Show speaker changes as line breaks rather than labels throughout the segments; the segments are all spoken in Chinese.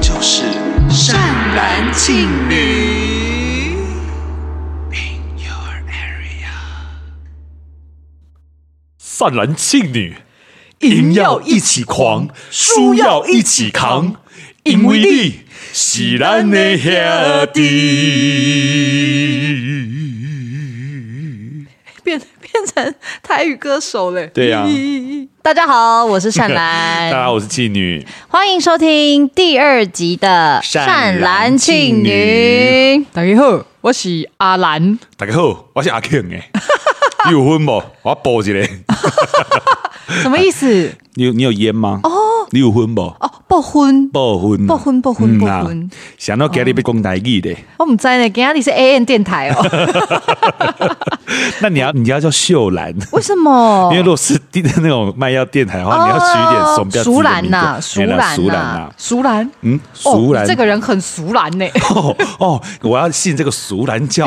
就是善男信女。In your area，
善男信女，
赢要一起
狂，
输要一起扛，因为你
是
咱的兄
弟。
变 变成台语歌手嘞。
对呀、
大家好，我是善
大
兰，
家好，我是妓女。
欢迎收听第二集的
善男信女。
大家好，我是阿兰。
大家好，我是阿 King 哎， 你有烟不？我报一个。
什么意思？
你有你有烟吗？哦，你有烟不？
哦，爆婚，
报烟，
报婚，报婚，
嗯
报
啊
婚。哦
想到今日要讲台语的，
我们在呢，今天你是 A N 电 台哦？
那你要你要叫秀兰。
为什么？
因为如果是 地那种卖药电台的话，你要取一点怂标
哦熟兰呐，熟
哎熟熟兰
兰啊
啊
呐
呐，，
熟兰。
嗯，
哦
熟兰
你这个人很熟兰 呢。
哦哦，我要信这个熟兰 教，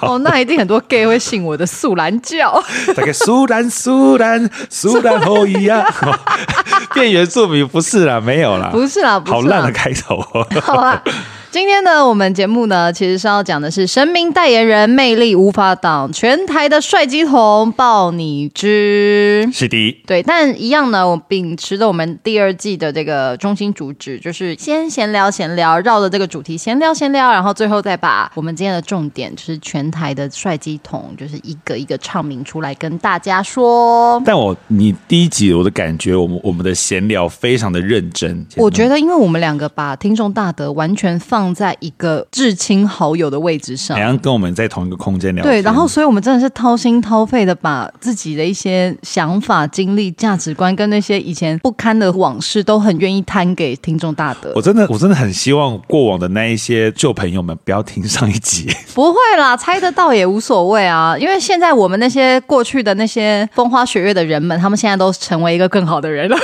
哦，那一定很多 gay 会信我的素兰 教。
大概熟兰熟兰熟兰后一样，哦 变原住民不是啦，没有啦，
啊不是啊啦不是啦
好烂的开头 哦，
好啦，今天呢，我们节目呢，其实是要讲的是神明代言人魅力无法挡，全台的帅鸡童爆你知。
是的，
对，但一样呢，我秉持着我们第二季的这个中心主旨，就是先闲聊闲聊，绕着这个主题闲聊闲聊，然后最后再把我们今天的重点，就是全台的帅鸡童，就是一个一个唱名出来跟大家说。
但我你第一集我的感觉，我们我们的闲聊非常的认真，
我觉得，因为我们两个把听众大德完全放在一个至亲好友的位置上
好，像跟我们在同一个空间聊天，
对，然后所以我们真的是掏心掏肺的把自己的一些想法、经历、价值观跟那些以前不堪的往事，都很愿意摊给听众大德
我。真的我真的很希望过往的那一些旧朋友们不要听上一集。
不会啦，猜得到也无所谓啊，因为现在我们那些过去的那些风花雪月的人们，他们现在都成为一个更好的人了。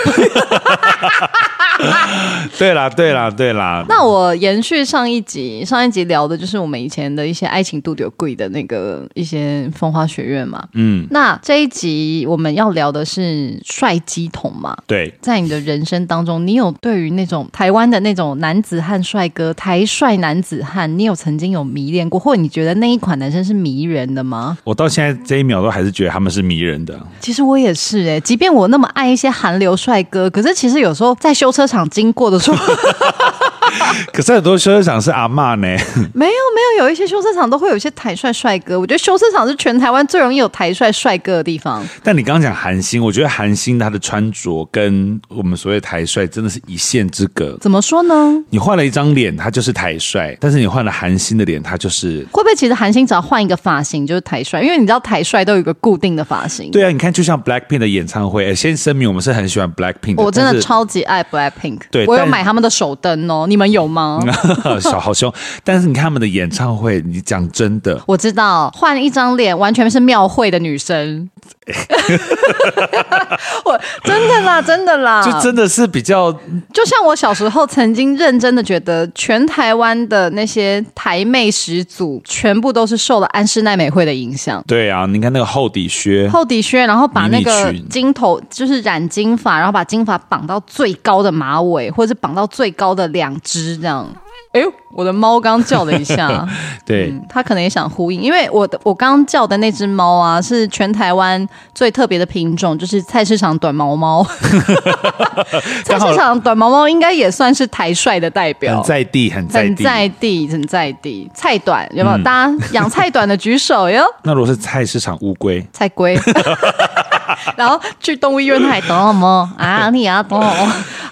对啦，对啦，对啦。
那我延续上一集，上一集聊的就是我们以前的一些爱情度丢贵的那个一些风花雪月嘛。
嗯，
那这一集我们要聊的是帅鸡桶嘛，
对，
在你的人生当中，你有对于那种台湾的那种男子汉帅哥、台帅男子汉，你有曾经有迷恋过，或者你觉得那一款男生是迷人的吗？
我到现在这一秒都还是觉得他们是迷人的。
其实我也是诶、即便我那么爱一些韩流帅哥，可是其实有时候在修车厂经过的 时候，
可是很多修车厂是阿嬷呢，
没有没有，有一些修车厂都会有一些台帅帅哥。我觉得修车厂是全台湾最容易有台帅帅哥的地方。
但你刚刚讲韩星，我觉得韩星他的穿着跟我们所谓台帅真的是一线之隔。
怎么说呢？
你换了一张脸，他就是台帅；但是你换了韩星的脸，他就是……
会不会其实韩星只要换一个发型就是台帅？因为你知道台帅都有一个固定的发型。
对啊，你看，就像 Blackpink 的演唱会，呃先声明我们是很喜欢 Blackpink 的，
我真
但
的
是
超级爱 Blackpink，
对
我有
但嗯
买他们的手灯哦，你们有吗？
小好凶。但是你看他们的演唱会，你讲真的，
我知道，换一张脸完全是庙会的女生， 我真的啦，真的啦，
就真的是比较
就像我小时候曾经认真的觉得，全台湾的那些台妹始祖，全部都是受了安室奈美惠的影响。
对啊。你看那个厚底靴，
厚底靴，然后把那个
迷你裙
金头就是染金发，然后把金发绑到最高的马尾，或者是绑到最高的两只这样。哎呦，我的猫刚叫了 一下，
对，
它可能也想呼应，因为我的我刚刚叫的那只猫啊，是全台湾最特别的品种，就是菜市场短 毛猫。菜市场短毛猫应该也算是台帅的代表
很。在地，很在
很
地。
在地，很在地。菜短有
嗯
没有？大家养菜短的举手哟。
那如果是菜市场乌龟，
菜龟。 然后去动物医院，他还懂吗？啊，你也要懂。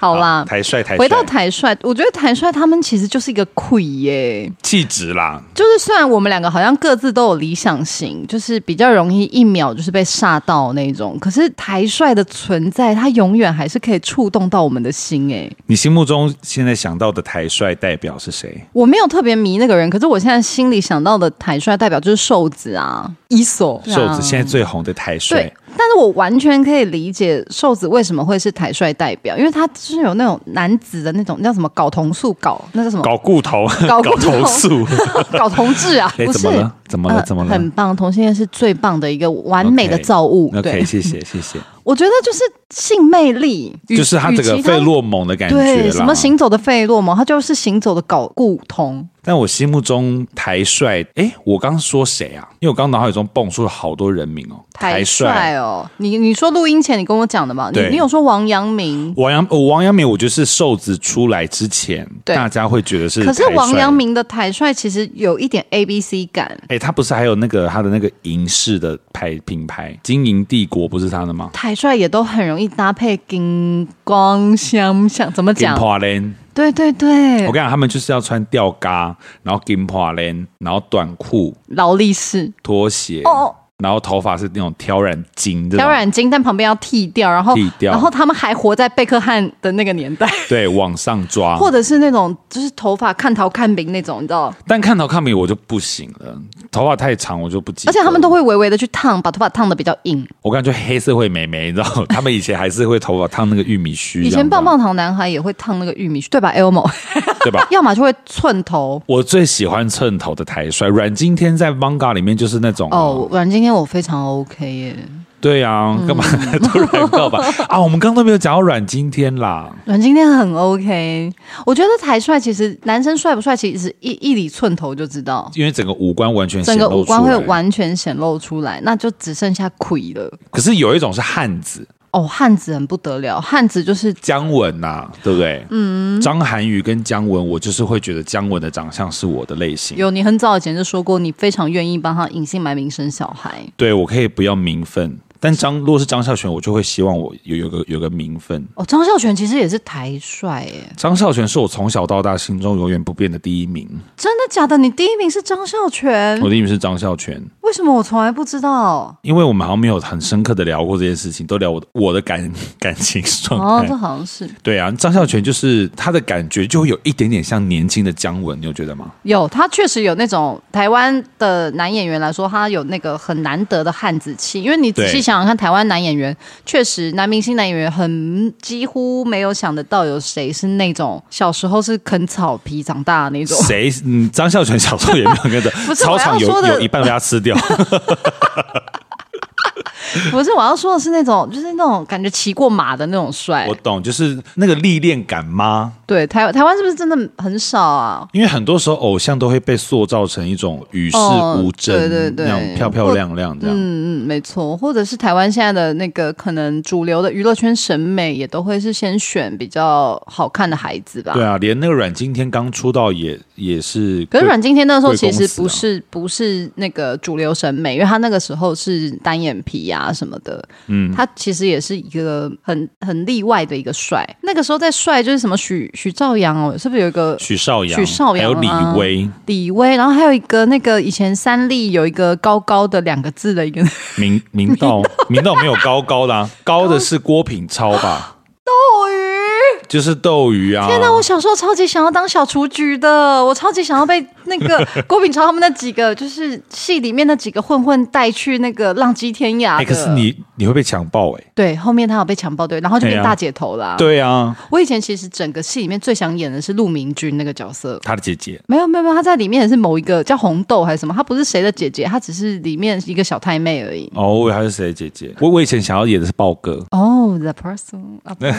好啦，
台帅台帅，
嗯回到台帅，我觉得台帅他们其实就是一个溃耶，
气质啦，
就是虽然我们两个好像各自都有理想型，就是比较容易一秒就是被吓到那种，可是台帅的存在，他永远还是可以触动到我们的心哎。
你心目中现在想到的台帅代表是谁？
我没有特别迷那个人，可是我现在心里想到的台帅代表就是瘦子啊，伊索，
瘦子现在最红的台
对
帅，，
但是我完全可以理解瘦子为什么会是台帅代表，因为他就是有那种男子的那种叫什么睾酮素睾，那叫什么
搞固头，
搞
搞
固头
投诉，
睾酮质啊？
哎
不
怎
是
么了？怎么了？
呃
怎么了？
很棒，同性恋是最棒的一个 完美的造物。
OK，
对，
谢谢谢谢，
我觉得就是性魅力，与
就是他这个费。洛蒙的感
与其他
觉
对，什么
啦
行走的费洛蒙，他就是行走的睾固酮。
但我心目中台帅，哎，我刚说谁啊？因为我刚脑海中蹦出了好多人名哦，
太
台
帅哦！你你说录音前你跟我讲的嘛？你
对
你有说王阳明，
王阳，哦王阳明，我觉得是瘦子出来之前，
对
大家会觉得是。
可是王阳，明的台帅其实有一点 A B C 感。
哎，他不是还有那个他的那个银饰的牌品牌，金银帝国不是他的吗？
台帅也都很容易搭配金光相像，怎么
金
讲？
破链，
对对对
我跟你，讲，他们就是要穿吊嘎，然后金破链，然后短裤、
劳力士
拖鞋，
哦，
然后头发是那种挑染金这种，
挑染金，但旁边要剃掉，然后
剃掉
然后他们还活在贝克汉的那个年代，
对，往上抓，
或者是那种就是头发看头看饼那种，你知道？
但看到康明我就不行了，头发太长我就不及格。
而且他们都会微微的去烫，把头发烫的比较硬。
我感觉黑社会美眉，你知 道，他们以前还是会头发烫那个玉米须，
以
这样
前
子
棒棒糖男孩也会烫那个玉米须，对吧？Elmo，？
对吧
要么就会寸头。
我最喜欢寸头的台帅，阮经天在 manga 里面就是那种
哦嗯
哦，，
阮今天我非常 OK 耶。
对啊，干嘛 突然告白啊？我们刚刚都没有讲到阮经天啦，
阮今天很 OK，我觉得台帅其实男生帅不帅，其实一一理寸头就知道，
因为整个五官完全
整
显
个
露
五官
出
会
来。
完全显露出来，那就只剩下魁了。
可是有一种是汉子，
哦，汉子很不得了，汉子就是
姜文呐、啊对不对？嗯，张涵予跟姜文，我就是会觉得姜文的长相是我的类型。
有你很早以前就说过，你非常愿意帮他隐姓埋名生小孩。
对我可以不要名分，但张如果是张孝全，我就会希望我有有个有个名分。
哦，张孝全其实也是台帅耶，
张孝全是我从小到大心中永远不变的第一名，
真的假的？你第一名是张孝全
我，第一名是张孝全，
为什么我从来不知道？
因为我们好像没有很深刻的聊过这件事情，都聊我的我的感感情
哦
状，态。
这好像是
对啊，张孝全就是他的感觉就会有一点点像年轻的姜文，你有觉得吗？
有，他确实有那种台湾的男演员来啊说，他有那个很难得的汉子气。因为你仔细
对
想想看，台湾男演员确实男明星、男演员很几乎没有想得到有谁是那种小时候是啃草皮长大的那种。
谁？嗯，张孝全小时候也没有跟着
不，是
操
我要
场有
说的
有一半被他 吃掉。
不是，我要说的是那种，就是那种感觉骑过马的那种帅
我。懂，就是那个历练感吗？
对，台台湾是不是真的很少啊？
因为很多时候偶像都会被塑造成一种与世
哦
无争，
对对对
那样漂漂亮亮这样。
嗯嗯，没错，或者是台湾现在的那个可能主流的娱乐圈审美也都会是先选比较好看的孩子吧。
对啊，连那个阮经天刚出道也也是，
可是阮经天那时候
贵
其
公
实
子
不
啊
是、不是那个主流审美，因为他那个时候是单眼皮啊什么的，嗯，他其实也是一个很很例外的一个帅。那个时候在帅就是什么许许兆阳哦，是不是有一个
许绍洋、
许绍洋
还有
啊
李威、
李威，然后还有一个那个以前三立有一个高高的两个字的一个， 哦，
明明道、明道没有高高的、 啊，高的是郭品超吧？
鱼，
就是斗鱼啊！
天哪！哎我小时候超级想要当小雏菊的，我超级想要被那 个郭品超他们那几个就是戏里面那几个混混带去那个浪迹天涯的。
哎、可是你你会被强暴哎、
对，后面他有被强暴对，然后就变
对啊
大姐头啦、，
对啊，
我以前其实整个戏里面最想演的是陆明君那个角色。
他的姐姐
没有没有没有，他在里面也是某一个叫红豆还是什么，她不是谁的姐姐，她只是里面一个小太妹而已。
哦，我以为他是谁的姐姐？我我以前想要演的是豹 哥，
哦、t h e person，啊不是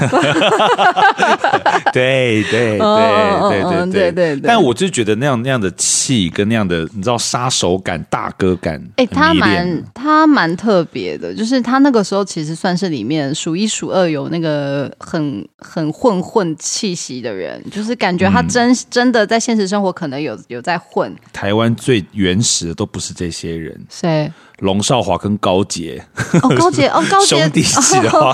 对对对
嗯嗯
对
嗯嗯
对
对对对
但我就觉得那样那样的气跟那样的，你知道杀手感、大哥感，
哎、
很
他
迷
蛮
恋
他蛮特别的，就是他那个时候其实算是里面数一数二有那个很很混混气息的人，就是感觉
嗯
他真、真的在现实生活可能有有在混。
台湾最原始的都不是这些人，
谁？
龙少华跟高杰
哦，高杰哦，高杰
兄弟戏的 话，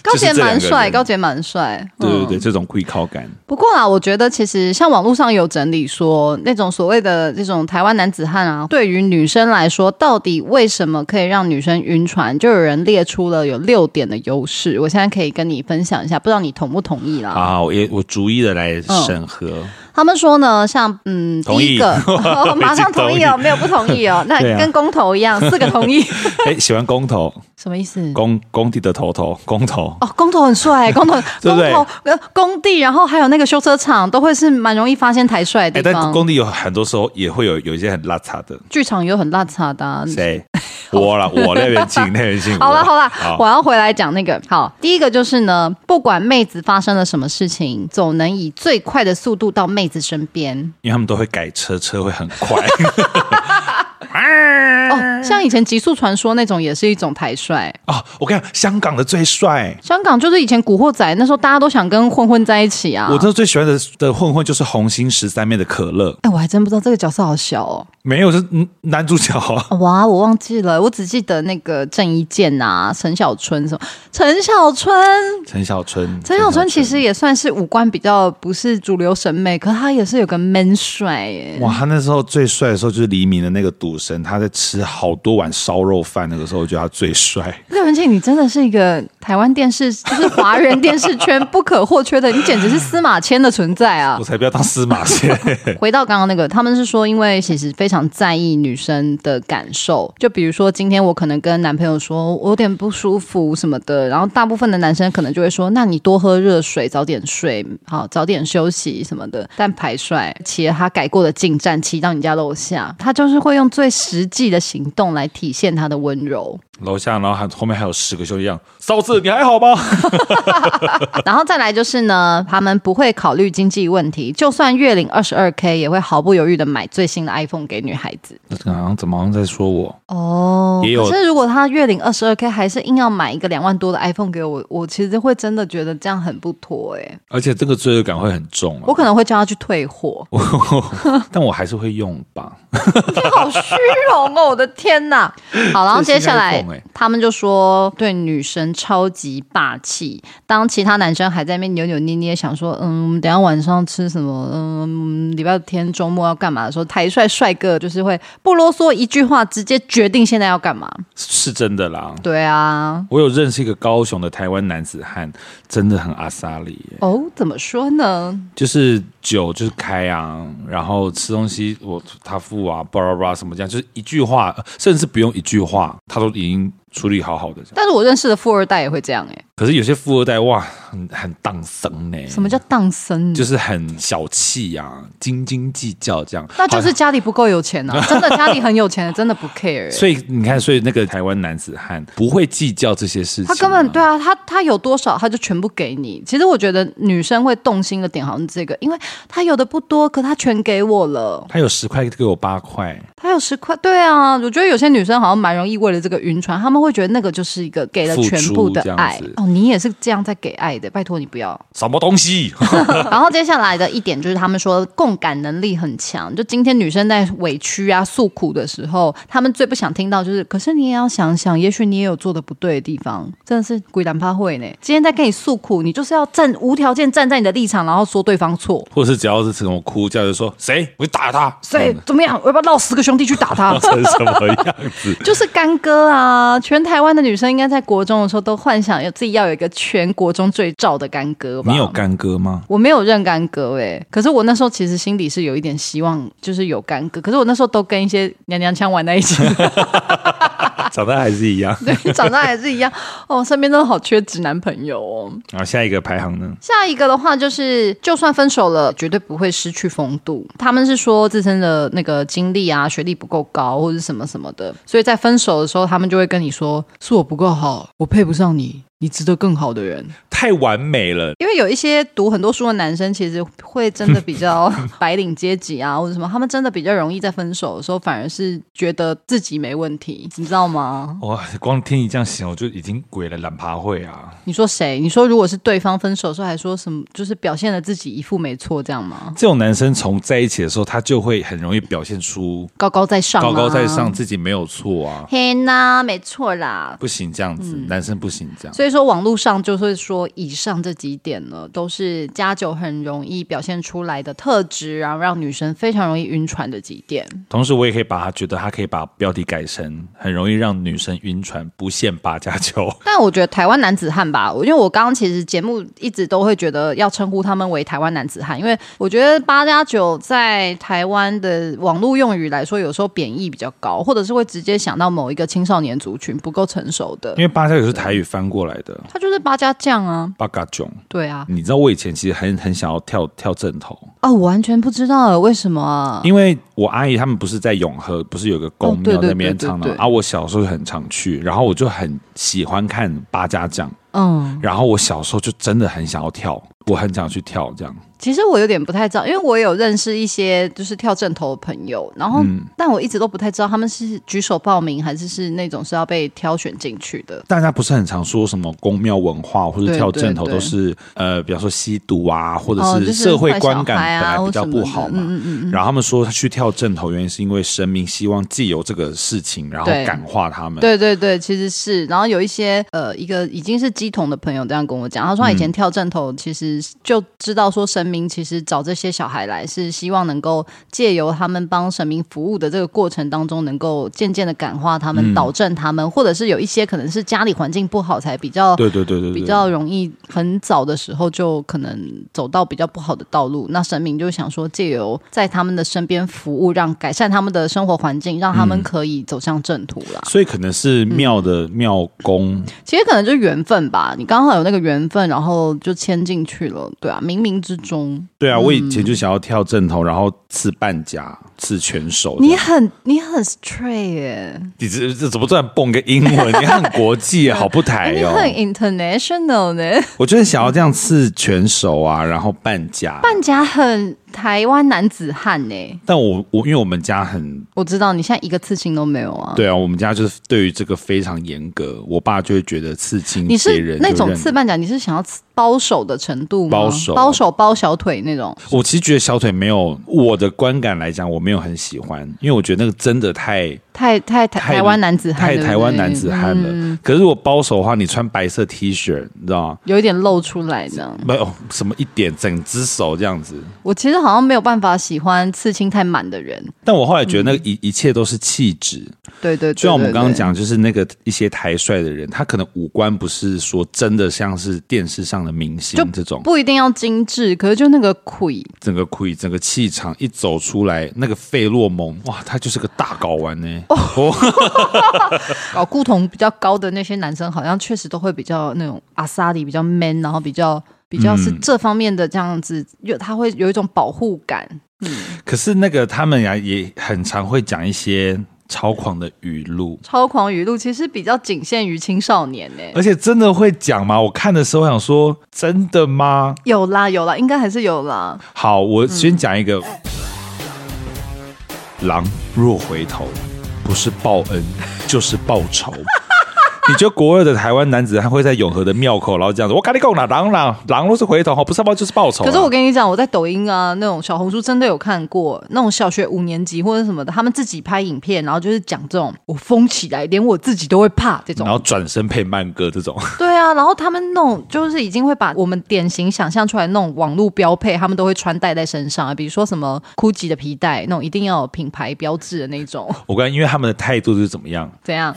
高
就是
杰
这两
蛮
个
帅，
人
高杰蛮帅。
对对
嗯
对，这种跪靠感，
不过啦，我觉得其实像网络上有整理说，那种所谓的这种台湾男子汉啊，对于女生来说，到底为什么可以让女生晕船？就有人列出了有六点的优势，我现在可以跟你分享一下，不知道你同不同意啦？
好好，我也我逐一的来审核。
他们说呢，像嗯，
同意
第一个、哦马上同意
已经
哦，
同意
没有不同意哦，那
对啊
跟公投一样，四个同意，
哎，喜欢公投，
什么意思？
工工地的头头，工头。
哦，工头很帅，工头
对不对
工头呃工地，然后还有那个修车厂，都会是蛮容易发现台帅
哎，
的
但
地方。
工地有很多时候也会有有一些很邋遢的，
剧场也有很邋遢的啊、
谁？我啦，我那边进，那边进。
好啦
我
好啦，我
嗯好，
要回来讲那个。好，第一个就是呢，不管妹子发生了什么事情，总能以最快的速度到妹子身边。
因为他们都会改车，车会很 快。
哦，像以前《极速传说》那种也是一种台帅。
哦，我跟你讲，香港的最帅，
香港就是以前《古惑仔》那时候，大家都想跟混混在一起啊。
我真的最喜欢的的混混就是红星十三妹的可乐，
哎、我还真不知道这个角色好小哦。
没有是嗯男主 角啊。
哇，我忘记了，我只记得那个郑伊健啊、陈小春什么。陈小春，
陈小春，
陈小春其实也算是五官比较不是主流审美，可他也是有个 man 帅耶。
哇，他那时候最帅的时候就是黎明的那个赌神，他在吃好多碗烧肉饭，那个时候我觉得他最帅。
廖元庆，你真的是一个台湾电视，就是华人电视圈不可或缺的，你简直是司马迁的存在啊
我！才不要当司马 迁，
回到刚刚那个，他们是说，因为其实非常在意女生的感受，就比如说今天我可能跟男朋友说我有点不舒服什么的，然后大部分的男生可能就会说，那你多喝热水，早点睡，好早点休息什么的。但排帅骑着他改过的进站骑到你家楼下，他就是会用最实际的行动来体现他的温柔。
楼下，然后还后面还有十个兄弟一样，嫂子你还好吗？
然后再来就是呢，他们不会考虑经济问题，就算月领二十二 k，也会毫不犹豫的买最新的 iPhone 给女孩子。
这个好像怎么好像在说我？
哦
也有
可是如果他月领二十二 k，还是硬要买一个两万多的 iPhone 给我，我其实会真的觉得这样很不妥哎、
而且这个罪恶感会很重啊
我可能会叫他去退货。
但我还是会用吧。
这好虚 荣哦！我的天哪！好，然后接下
这
来
是 iPhone 欸
他们就说对女生超级霸气。当其他男生还在那边扭扭捏捏，想说嗯，我们等一下晚上吃什么？嗯，礼拜天周末要干嘛的时候，台帅帅哥就是会不啰嗦，一句话直接决定现在要干嘛。
是真的啦。
对啊，
我有认识一个高雄的台湾男子汉，真的很阿萨里耶，
哦，怎么说呢？
就是酒就是开啊，然后吃东西我他付啊，巴拉巴拉什么这样，就是一句话，甚至不用一句话，他都已经处理好好的这样。
但是我认识的富二代也会这样哎、
可是有些富二代哇，很很荡生呢，
什么叫荡生？
就是很小气啊，斤斤计较这样。
那就
好
是
像
家里不够有 钱啊！真的家里很有钱的，真的不 care 欸、
所以你看，所以那个台湾男子汉不会计较这些事情啊、
他根本对啊，他他有多少他就全部给你。其实我觉得女生会动心的点好像是这个，因为他有的不多，可他全给我了。
他有十块给我八块，
他有十块，对啊，我觉得有些女生好像蛮容易为了这个晕船，她们会觉得那个就是一个给了
付出
全部的
这样
爱
子。
哦，你也是这样在给爱的，拜托你不要。
什么东西？
然后接下来的一点就是，他们说共感能力很强。就今天女生在委屈啊、诉苦的时候，他们最不想听到就是，可是你也要想想，也许你也有做的不对的地方，真的是鬼胆怕会呢。 今天在跟你诉苦，你就是要站无条件站在你的立场，然后说对方错。
或是只要是什么哭叫，就说谁我就打他，？
所以怎么样？我要不要绕十个兄弟去打 他？
成什么样子
就是干哥啊！全台湾的女生应该在国中的时候都幻想有自己要有一个全国中最照的干哥吧？
你有干哥吗？
我没有认干哥哎、可是我那时候其实心里是有一点希望，就是有干哥。可是我那时候都跟一些娘娘腔玩在一起，
长大还是一样。
对，长大也是一样。哦，身边都好缺直男朋友哦。
然后下一个排行呢？
下一个的话就是，就算分手了，绝对不会失去风度。他们是说自身的那个经历啊、学历不够高，或者什么什么的，所以在分手的时候，他们就会跟你说：“是我不够好，我配不上你，你值得更好的人。”
太完美了，
因为有一些读很多书的男生，其实会真的比较白领阶级啊，或者什么，他们真的比较容易在分手的时候，反而是觉得自己没问题，你知道吗？
哇！光听你这样形容，我就已经鬼了懒爬会啊！
你说谁？你说如果是对方分手的时候还说什么，就是表现的自己一副没错这样吗？
这种男生从在一起的时候，他就会很容易表现出
高高在上、啊，
高高在上，。自己没有错啊，
嘿呐，没错啦。
不行这样子，男生不行这样。
嗯所以说网络上就会说以上这几点呢，都是加酒很容易表现出来的特质，然后让女生非常容易晕船的几点。
同时，我也可以把它觉得它可以把标题改成很容易让女生晕船，不限八加九。
但我觉得台湾男子汉吧，因为我刚刚其实节目一直都会觉得要称呼他们为台湾男子汉，因为我觉得八加九在台湾的网络用语来说，有时候贬义比较高，或者是会直接想到某一个青少年族群不够成熟的
因，为八加九是台语翻过来的
他就是八加酱啊，
八嘎囧。
对啊，
你知道我以前其实很很想要跳跳正头，
哦，我完全不知道了为什么啊，
因为我阿姨他们不是在永和，不是有个公
哦对
庙
对
那边
对对
唱的
对
吗啊，我小时候很常去，然后我就很喜欢看八家将，
嗯。
然后我小时候就真的很想要跳，我很想去跳这样。
其实我有点不太知道，因为我有认识一些就是跳正头的朋友，然后、但我一直都不太知道他们是举手报名还是是那种是要被挑选进去的。
大家不是很常说什么宫庙文化或者
对
跳正头
对对
都是呃，比方说吸毒啊，或者
哦就是
是社会观感
坏小
本
孩啊
来比较不好
或什么的
嘛。然后他们说去跳正头，原因是因为神明希望借由这个事情，然后
对
感化他们。
对对对，其实是。然后有一些呃，一个已经是鸡童的朋友这样跟我讲，他说他以前跳正头，其实就知道说神明其实找这些小孩来是希望能够借由他们帮神明服务的这个过程当中，能够渐渐的感化他们、导正他们，或者是有一些可能是家里环境不好才比较
对对对对对，
比较容易很早的时候就可能走到比较不好的道路。那神明就想说，借由在他们的身边服务，让改善他们的生活环境，让他们可以走向正途啦。
所以可能是庙的庙公，
其实可能就是缘分吧，你刚好有那个缘分，然后就牵进去了，对啊，冥冥之中，
对啊，我以前就想要跳正头，然后刺半甲、刺全手这
你
样。
很你很 straight 耶、
你这这怎么突然蹦个英文？你很国际耶，好不台
你
哦！
很 international 呢、
我就是想要这样刺全手啊，然后半甲。
半甲很台湾男子汉呢、
但我我因为我们家很
我知道你现在一个刺青都没有 啊。
对啊，我们家就是对于这个非常严格，我爸就会觉得刺青
你
别
是
人就
那种
认
刺半甲，你是想要刺包手的程度吗？
包手
包手、包小腿那种。
我其实觉得小腿没有我的观感来讲，我没有很喜欢，因为我觉得那个真的太
太太台
太
台湾男子汉，
太
对不对嗯
台湾男子汉了。可是如果包手的话，你穿白色 T 恤，你知道吗？
有一点露出来这样。
没有什么一点，整只手这样子。
我其实好像没有办法喜欢刺青太满的人。
但我后来觉得那个一、一切都是气质，
对嗯对对，
就像我们
对
刚刚，讲，就是那个一些台帅的人，他可能五官不是说真的像是电视上的明星
就
这种
对，不一定要精致，可是就那个魁，
整个盔、整个气场一走出来，那个费洛蒙，哇，他就是个大睾丸呢、
哦
哦
搞固酮比较高的那些男生，好像确实都会比较那种阿萨里比较 man，然后比较。比较是
嗯
这方面的这样子，有他会有一种保护感，
可是那个他们呀，也很常会讲一些超狂的语录。
超狂语录其实比较仅限于青少年呢、
而且真的会讲吗？我看的时候想说，真的吗？
有啦有啦，应该还是有啦。
好，我先讲一个。狼若回头，不是报恩就是报仇。你觉得国二的台湾男子汉会在永和的庙口，然后这样子？我跟你讲啦，狼狼狼若是回头，不是报就是报仇啊。
可是我跟你讲，我在抖音啊，那种小红书真的有看过，那种小学五年级或者什么的，他们自己拍影片，然后就是讲这种我疯起来，连我自己都会怕这种
然。后转身配慢歌这种，
对啊，然后他们那种就是已经会把我们典型想象出来的那种网络标配，他们都会穿戴在身上啊，比如说什么 GUCCI 的皮带，那种一定要有品牌标志的那种，
我跟你讲因为他们的态度就是怎么样？
怎样？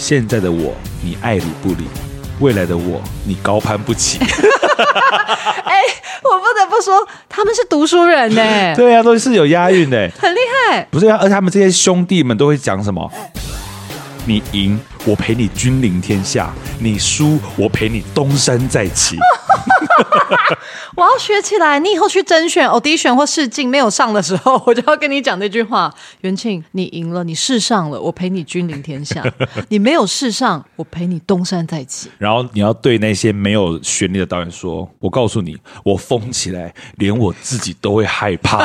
现在的我，你爱理不理；未来的我，你高攀不起。
哎我不得不说，他们是读书人呢、
对啊，都是有押韵的、
很厉害。
不是啊，而且他们这些兄弟们都会讲什么？你赢，我陪你君临天下；你输，我陪你东山再起。
我要学起来。你以后去甄选、audition 或试镜没有上的时候，我就要跟你讲这句话：元庆，你赢了，你试上了，我陪你君临 天下；你没有试上，我陪你东山再起。
然后你要对那些没有旋律的导演说：“我告诉你，我疯起来，连我自己都会害怕。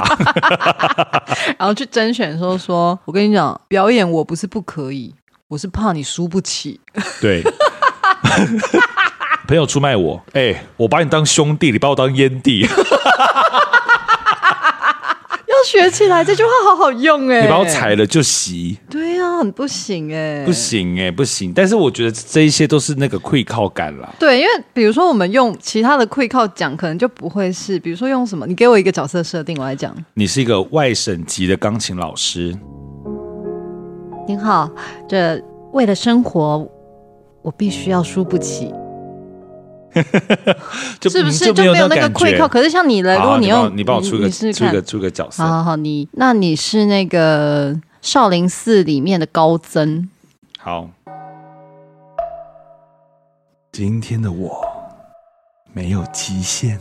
然后去甄选的时候说：“我跟你讲，表演我不是不可以，我是怕你输不起。”
对，朋友出卖我，哎、我把你当兄弟，你把我当烟弟，你
要学起来，这句话好好用哎、
把我踩了就洗。
对对啊，很不行哎、
不行哎、不行。但是我觉得这一些都是那个愧靠感啦。
对，因为比如说我们用其他的 quick call 讲，可能就不会是，比如说用什么，你给我一个角色设定，我来讲。
你是一个外省籍的钢琴老师，
您好，这为了生活，我必须要输不起，是不是
就
没有
那
那个 quick call？可是像你了，如
好啊
果
你帮我
用
你帮我出个
你试试
出一
看
个出一个角
好
色，
好好，你那你是那个少林寺里面的高僧，
好。今天的我没有极限，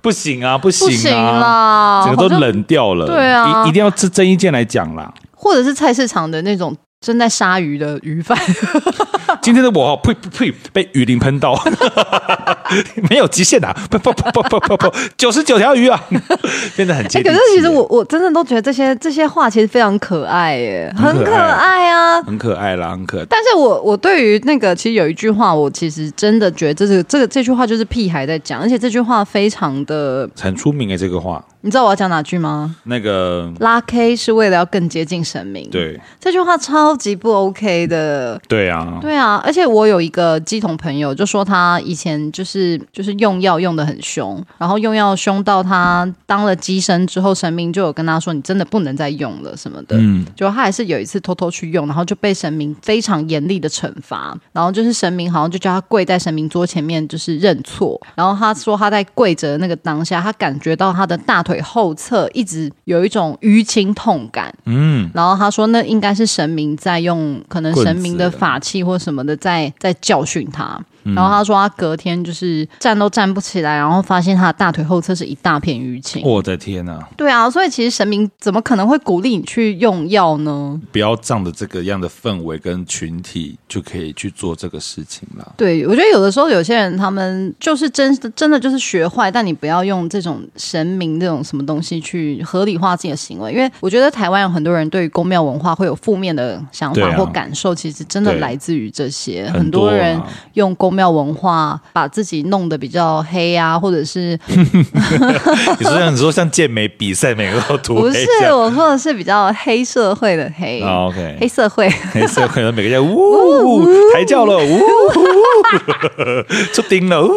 不行啊，不行
不行
啊，
啦，
整个都
好像，
冷掉了。
对啊
一一定要这真意见来讲啦。
或者是菜市场的那种正在杀鱼的鱼 贩，
今天的我呸呸呸，被雨淋喷到， 没有极限啊！不不不不不不，九十九条鱼啊， 变得很接
哎、
地
可
气。
是其实我我真的都觉得这些这些话其实非常可爱耶，
很
很
可
可
爱
爱啊。
很可爱啦，很可爱。
但是我我对于那个其实有一句话，我其实真的觉得这是这个这句话就是屁孩在讲，而且这句话非常的，
很出名的欸这个话，
你知道我要讲哪句吗？
那个
拉 K 是为了要更接近神明，，
对
这句话超级不 OK 的。
对啊，
对啊，而且我有一个鸡同朋友，就说他以前就是就是用药用的很凶，然后用药凶到他当了鸡生之后，神明就有跟他说你真的不能再用了什么的。
嗯，
就他还是有一次偷偷去用，然后就被神明非常严厉的惩罚，然后就是神明好像就叫他跪在神明桌前面就是认错，然后他说他在跪着的那个当下，他感觉到他的大腿后侧一直有一种淤青痛感，
嗯，
然后他说，那应该是神明在用，可能神明的法器或什么的在在教训他。然后他说，他隔天就是站都站不起来，然后发现他的大腿后侧是一大片淤青。
哦我的天呐、啊，
对啊，所以其实神明怎么可能会鼓励你去用药呢？
不要仗着这个样的氛围跟群体就可以去做这个事情 啦。
对，我觉得有的时候有些人他们就是真真的就是学坏，但你不要用这种神明这种什么东西去合理化自己的行为，因为我觉得台湾有很多人对于宫庙文化会有负面的想
对
法
啊
或感受，其实真的
对
来自于这些，
很
很
多啊
多人用宫庙文化把自己弄得比较黑啊，或 者是
你说像你说像健美比赛，每个都涂
不
黑
是
这样
我说的是比较黑社会的黑，
啊
黑
？OK，
社会。
黑色可能每个人 呜抬轿了，呜， 出丁了，呜，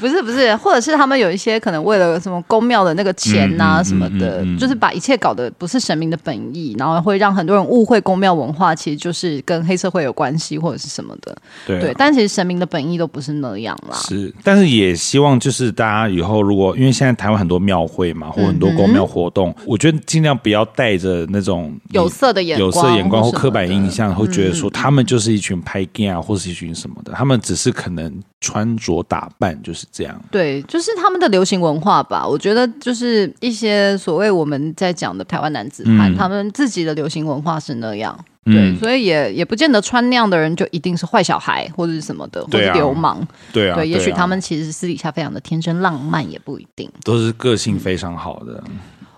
不是不是，或者是他们有一些可能为了什么公庙的那个钱呐、
嗯嗯
什么的，
嗯嗯嗯
就是把一切搞得不是神明的本意，然后会让很多人误会公庙文化其实就是跟黑社会有关系或者是什么的。
对啊
对，但其实神明的本意都不是那样啦。
是，但是也希望就是大家以后如果因为现在台湾很多庙会
嗯
嘛，或很多公庙活动，我觉得尽量不要带着那种你
有色的眼
嗯
光
有色眼光或
或什么
刻板
的嗯
印象，会觉得说他们就是一群拍 gay 啊，或是一群什么的，他们只是可能穿着打扮就是这样。
对，就是他们的流行文化吧。我觉得就是一些所谓我们在讲的台湾男子汉，
嗯
他们自己的流行文化是那样。对，
嗯，
所以也也不见得穿那样的人就一定是坏小孩或者是什么的，或
对
者
啊
流氓。
对啊，
对，也许
啊
他们其实私底下非常的天真浪漫，也不一定。
都是个性非常好的。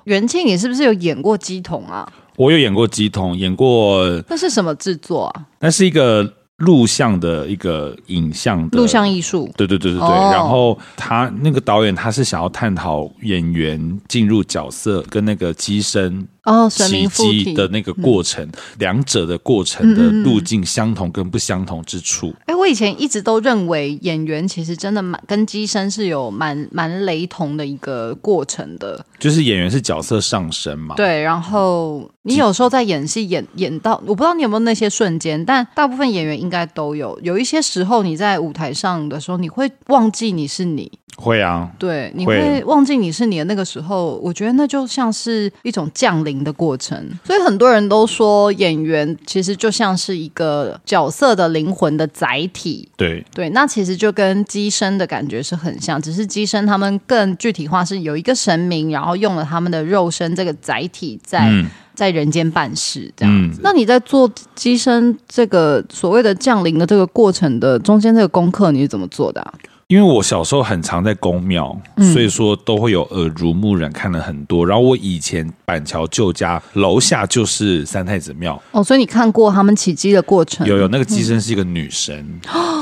元庆，你是不是有演过鸡童啊？
我有演过鸡童，演过
那是什么制作啊？
那是一个录像的一个影像的
录像艺术。
对对对对对，
哦
然后他那个导演他是想要探讨演员进入角色跟那个机身
哦，神
奇
明附
迹
体嗯
的。那个过程，两者的过程的路径相同跟不相同之处。
哎，我以前一直都认为演员其实真的蛮跟机身是有蛮蛮雷同的一个过程的。
就是演员是角色上升嘛，，
对，然后你有时候在演戏演演到，我不知道你有没有那些瞬间，但大部分演员应该都有。有一些时候你在舞台上的时候，你会忘记你是你，
会啊，
对，你
会
会忘记你是你的那个时候，我觉得那就像是一种降临的过程。所以很多人都说，演员其实就像是一个角色的灵魂的载体。
对，
对，那其实就跟机身的感觉是很像，只是机身他们更具体化是有一个神明，然后用了他们的肉身这个载体在、
嗯
在人间办事这样。
嗯，
那你在做机身这个所谓的降临的这个过程的中间这个功课，你是怎么做的、啊？
因为我小时候很常在公庙，
嗯
所以说都会有耳濡目染看了很多。然后我以前板桥旧家楼下就是三太子庙，
哦，所以你看过他们起机的过程？哦
有有，那个机身是一个女神，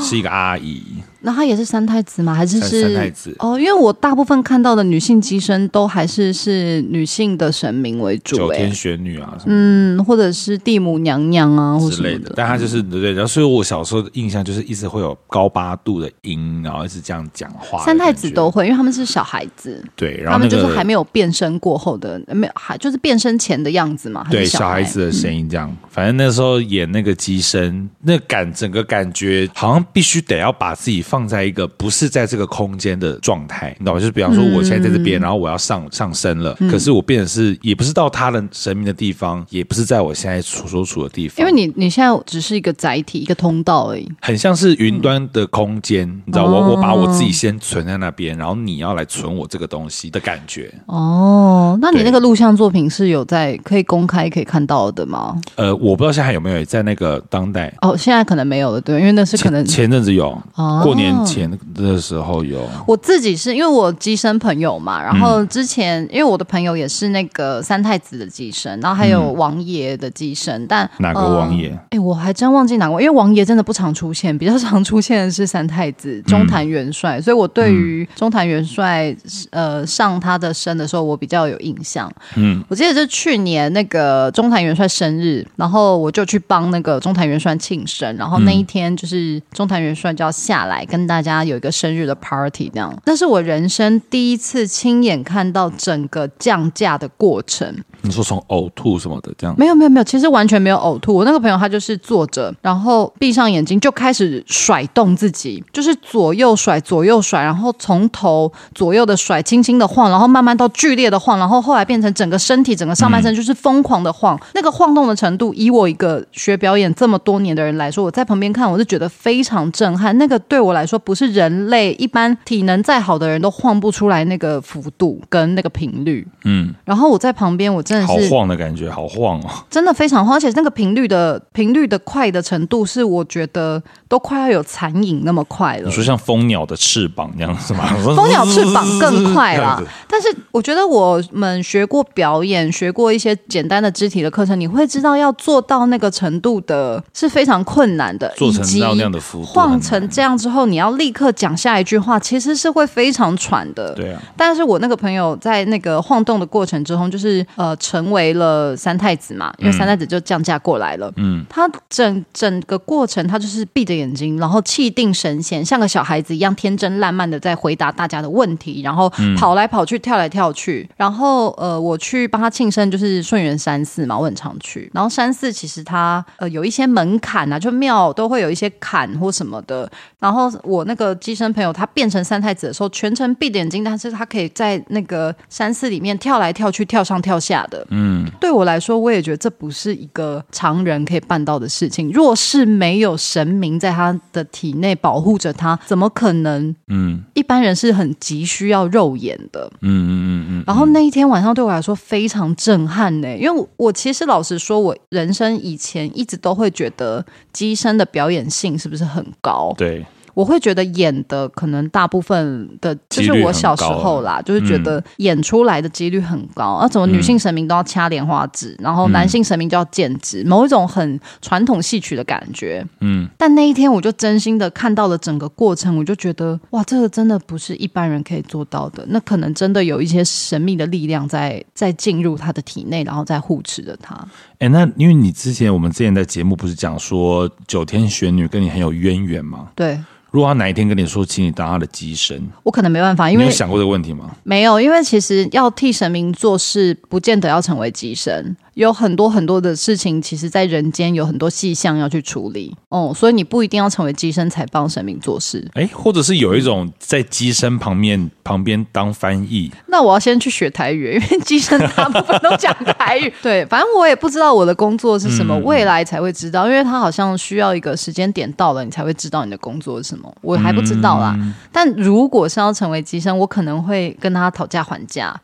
是一个阿姨，
那她也是三太子吗？还是
三
是
三太子
哦，因为我大部分看到的女性机身都还是是女性的神明为主、
九天
哎，
玄女啊什么
嗯，或者是地母娘娘啊，或
之
什
类
么
的，但他就是对，然后所以我小时候的印象就是一直会有高八度的音，然后一直这样讲话的感觉。
三太子都会，因为他们是小孩子，
对，然
他
后那
们
个
就是还没有变身过后的，呃没有还就是变身前的样子嘛，还是
对
小嗯
小孩子的声音这样。反正那时候演那个机身，那感整个感觉好像必须得要把自己放在一个不是在这个空间的状态，你懂吗？就是比方说我现在在这
嗯
边，然后我要上上身了，可是我变得是也不是到他的神明的地方，也不是在我现在所所处的地方，
因为你你现在只是一个载体，一个通道而已。
很像是云端的空间，
嗯
你知道，我我把
哦
我自己先存在那边，然后你要来存我这个东西的感觉。
哦，那你
对
那个录像作品是有在可以公开可以看到的吗？
呃，我不知道现在还有没有在那个当代，
哦，现在可能没有了，对，因为那是可能
前前阵子有，
哦
过年前的时候有，
我自己是因为我机身朋友
嗯
嘛，然后之前、因为我的朋友也是那个三太子的机身，然后还有王爷的机身，但
哪个
呃
王爷
哎、我还真忘记哪个王，因为王爷真的不常出现，比较常出现的是三太子、中坛元帅，所以我对于中坛元帅呃上他的身的时候，我比较有印象。
嗯，
我记得是去年那个中坛元帅生日，然后我就去帮那个中坛元帅庆生，然后那一天就是中坛元帅就要下来跟大家有一个生日的 party 这样。那是我人生第一次亲眼看到整个降价的过程，
你说从呕吐什么的这样，
没有没有没有，其实完全没有呕吐。我那个朋友他就是坐着，然后闭上眼睛就开始甩动自己，就是左右甩左右甩，然后从头左右的甩，轻轻的晃，然后慢慢到剧烈的晃，然后后来变成整个身体整个上半身就是疯狂的晃。那个晃动的程度，以我一个学表演这么多年的人来说，我在旁边看我是觉得非常震撼。那个对我来说不是人类一般体能再好的人都晃不出来那个幅度跟那个频率。
嗯，
然后我在旁边，我真的
好
是
晃的感觉，好晃哦，
真的非常慌，而且那个频率的频率的快的程度，是我觉得都快要有残影那么快了
你。说像蜂鸟的翅膀这样是吗？
蜂鸟翅膀更快
这样
啦
子，
但是我觉得我们学过表演，学过一些简单的肢体的课程，你会知道要做到那个程度的是非常困难的，
做成
以及
到那样的幅度很难，
晃成这样之后，你要立刻讲下一句话，其实是会非常喘 的。
对啊，
但是我那个朋友在那个晃动的过程之中，就是呃成为了三太子嘛，因为三太子就降价过来了。嗯，他整整个过程他就是闭着眼睛，然后气定神闲，像个小孩子一样天真烂漫的在回答大家的问题，然后跑来跑去，跳来跳去。然后呃，我去帮他庆生，就是顺源山寺嘛，我很常去。然后山寺其实它呃有一些门槛啊，就庙都会有一些坎或什么的，然后我那个机身朋友，他变成三太子的时候，全程闭着眼睛，但是他可以在那个山寺里面跳来跳去、跳上跳下的。嗯，对我来说，我也觉得这不是一个常人可以办到的事情。若是没有神明在他的体内保护着他，怎么可能？
嗯
一般人是很急需要肉眼的。
嗯嗯嗯嗯
然后那一天晚上对我来说非常震撼呢、因为我我其实老实说，我人生以前一直都会觉得机身的表演性是不是很高
嗯，？对，
我会觉得演的可能大部分的，就
几
是
率
我
很
小时
高啊
候啦，就是觉得演出来的几率很高。啊，怎么女性神明都要掐莲花指，然
嗯
后男性神明就要剪指，某一种很传统戏曲的感觉。
嗯，
但那一天我就真心的看到了整个过程，我就觉得哇，这个真的不是一般人可以做到的。那可能真的有一些神秘的力量在在进入他的体内，然后在护持着他。
哎，那因为你之前我们之前在节目不是讲说九天玄女跟你很有渊源吗？
对
如果她哪一天跟你说，请你当她的机身，
我可能没办法，因
你
为
有想过这个问题吗？
没有，因为其实要替神明做事，不见得要成为机神，有很多很多的事情，其实在人间有很多细项要去处理。哦、所以你不一定要成为机身才帮神明做事。
哎，或者是有一种在机身旁边旁边当翻译，
那我要先去学台语，因为机身大部分都讲台语。 嗯对，反正我也不知道我的工作是什么，未来才会知道，因为他好像需要一个时间点到了，你才会知道你的工作是什么。我嗯还不知道啦。但如果是要成为机身，我可能会跟他讨价还价。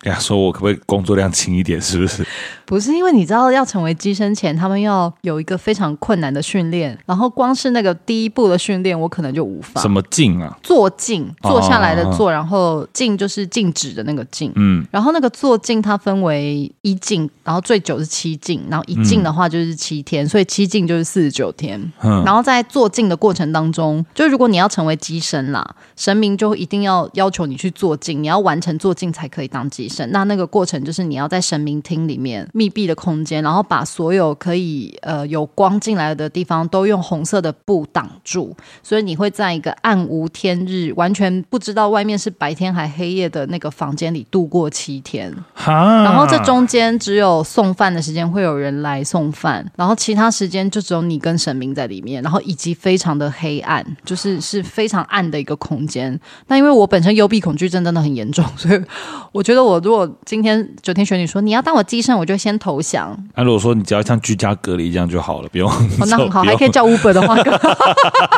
跟他说我可不可以工作量轻一点，是 不是？
不是因为你知道，要成为机身前，他们要有一个非常困难的训练，然后光是那个第一步的训练，我可能就无法
什。么劲啊？
坐镜，坐下来的
哦
坐，然后镜就是静止的那个静。
嗯，
然后那个坐镜它分为一镜，然后最久是七镜，然后一镜的话就是七天，所以七镜就是四十九天。
嗯
然后在坐镜的过程当中，就如果你要成为机身啦，神明就一定要要求你去坐镜，你要完成坐镜才可以当机身。那那个过程就是你要在神明厅里面密闭的空间，然后把所有可以呃有光进来的地方都用红色的布挡住，所以你会在一个暗无天日、完全不知道外面是白天还黑夜的那个房间里度过七天。
哈。
然后这中间只有送饭的时间会有人来送饭，然后其他时间就只有你跟神明在里面，然后以及非常的黑暗，就是是非常暗的一个空间。那因为我本身幽闭恐惧症真的很严重，所以我觉得我如果今天九天玄女说你要当我机身，我就先投降。
那、如果说你只要像居家隔离这样就好了，不用。
哦，那 很好，
不用
还可以叫 Uber 的话更好，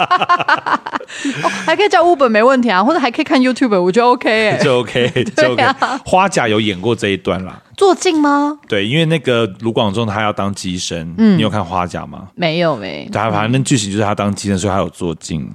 哦，还可以叫 Uber 没问题啊，或者还可以看 YouTube，我觉得 OK 哎、
就 OK，就 OK、花
啊
甲有演过这一段啦，
坐镜吗？
对，因为那个卢广仲他要当机身，
嗯
你有看花甲吗？
没有没、
他反正剧情就是他当机身，所以他有做镜。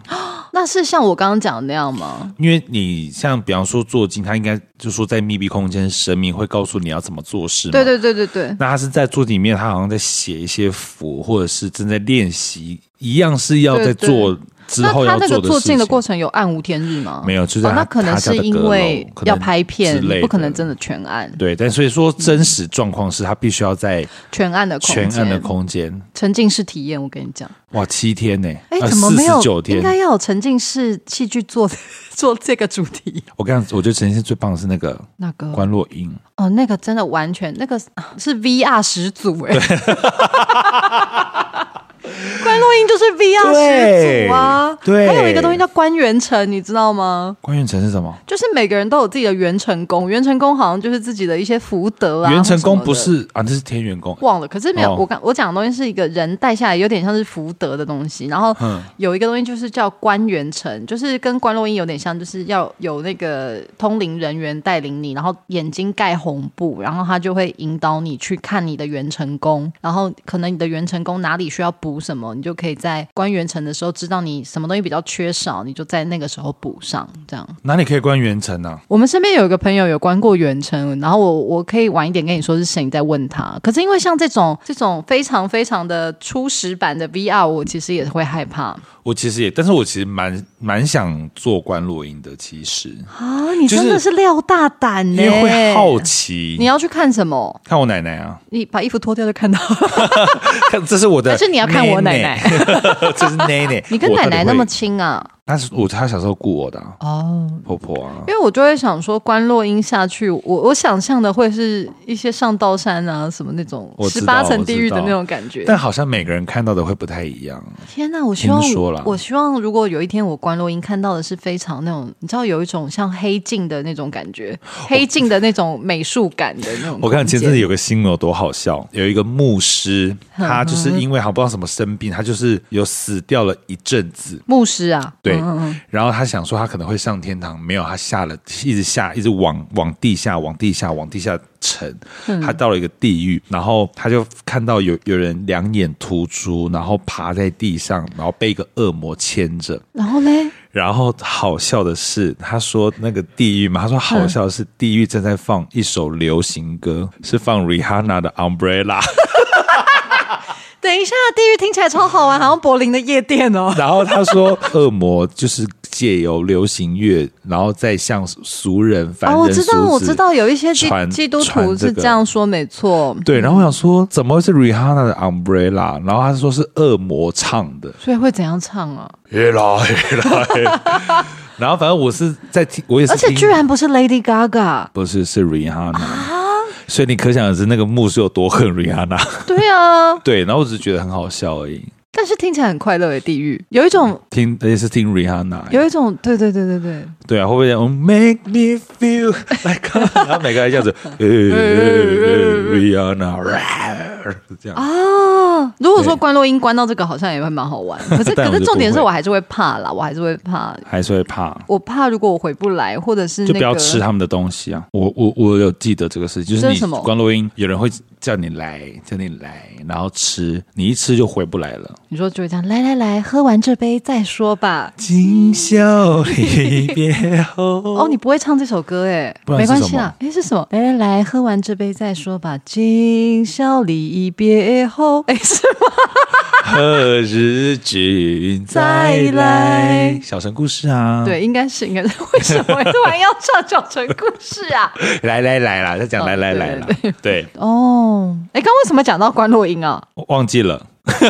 那是像我刚刚讲的那样吗？
因为你像比方说做镜，他应该就说在密闭空间，神明会告诉你要怎么做事嘛。
对对对对对，
那他是在做里面，他好像在写一些符，或者是正在练习，一样是要在做之后要
那他那个
做的
做
事情。
镜的过程有暗无天日吗？
没有就是在
哦、那
他
可能
他家
是
的
因
阁楼
为
可能
要拍片
之类，的
不可能真的全暗，
对，但所以说真实状况是他必须要在
全暗的空
全
间，
暗的空啊间，
沉浸式体验。我跟你讲，
哇，七天呢、
哎、
呃
怎么没有？
49
应该
天。
要有沉浸式戏剧做 做这个主题。
我跟你讲，我觉得陈先生最棒的是那个
那个
关洛英，
哦，那个真的完全那个啊是 VR 始祖哎、 关洛英就是 VR 始祖啊，
对对
还有一个东西叫关元城，你知道吗？
关元成是什么？
就是每个人都有自己的元成功，元成功好像就是自己的一些福德啊。
元成功
或什么的
不是啊，那是天元宫。
忘了，可是没有、
哦
我刚我讲的东西是一个人带下来，有点像是福德的东西。然后
嗯
有一个东西就是叫关元成，就是跟关洛音有点像，就是要有那个通灵人员带领你，然后眼睛盖红布，然后他就会引导你去看你的元成功，然后可能你的元成功哪里需要补什么，你就可以在关元成的时候知道你什么东西比较缺少，你就在那个时候补上，这样。
哪里可以关元成啊呢、
我们身边有一个朋友有关过远程，然后我我可以晚一点跟你说是谁，你再问他。可是因为像这种这种非常非常的初始版的 VR，我其实也会害怕
我其实也，但是我其实蛮蛮想做关洛英的，其实
啊！你
就是
真的是料大胆欸
因
呢、
为会好奇。
你要去看什么？
看我奶奶啊，
你把衣服脱掉就看到，
看这是我的，
但是你要看我奶奶，
这是奶奶。
你跟奶奶那
我到底
么
会，
亲啊？
她是我她小时候雇我的啊、
哦，
婆婆啊，
因为我就会想说，关落音下去，我我想象的会是一些上刀山啊，什么那种
我
十
知
八
道
层地狱的
我知道
那种感觉。
但好像每个人看到的会不太一样。
天呐，我希望
听说啦
我希望如果有一天我关录音看到的是非常那种，你知道有一种像黑镜的那种感觉，黑镜的那种美术感的那种空间。
我看前阵子有个新闻有多好笑，有一个牧师，他就是因为好不知道什么生病，他就是有死掉了一阵子，
牧师啊，
对
嗯嗯嗯，
然后他想说他可能会上天堂，没有，他下了，一直下，一直往往地下，往地下，往地下沉。
嗯
他到了一个地狱，然后他就看到有有人两眼突出，然后爬在地上，然后被一个恶魔牵着。
然后嘞，
然后好笑的是，他说那个地狱嘛，他说
嗯
好笑的是地狱正在放一首流行歌，是放 Rihanna 的 Umbrella，
等一下，地狱听起来超好玩，好像柏林的夜店 哦。
然后他说恶魔就是借由流行乐，然后再向俗人凡
啊，
人、
我知道，我知。道，有一些基
传
基督
传
徒
这
是
个
这样说，没错。
对，然后我想说，怎么会是 Rihanna 的 Umbrella？然后他说是恶魔唱的，
所以会怎样唱啊？
越来越 来。然后反正我是在听，我也是
而
听，
且居然啊不是 Lady Gaga，
不是是 Rihanna，、所以你可想而知那个牧师有多恨 Rihanna。
对啊，
对，然后我只是觉得很好笑而已。
但是听起来很快乐的地狱，有一种，
听，而且是听 Rihanna，
有一种，对对对对对。
对啊，会不会讲 "Oh, Make me feel like？a-" 然后每个人这样子，呃呃呃呃，Rihanna，儿这样。
啊。如果说
对
关落音关到这个，好像也会蛮好玩。 可是
但
可
我
是
就
重点
不
是
会
我还是会怕啦，我还是会怕。
还是会怕，
我怕如果我回不来，或者是那
就
个
不要吃他们的东西啊！我我我有记得这个事情，就是
这是
你
什么
关录音，有人会叫你来，叫你来，然后吃，你一吃就回不来了。
你说就会这样，来来来，喝完这杯再说吧。
今宵离别
哦，
后，
你不会唱这首歌哎，
不然
没
是
关
什
系啦
么。
哎，是什么？来来来，喝完这杯再说吧。今宵离别后，哎，是吗？
何日君再
再来
来？小城故事啊，，
对，应该是应该是。为什么突然要唱小城故事啊？
来来来啦，在讲
哦
来来来啦，对，
哦，哎，刚为什么讲到关洛音啊？
我忘记了，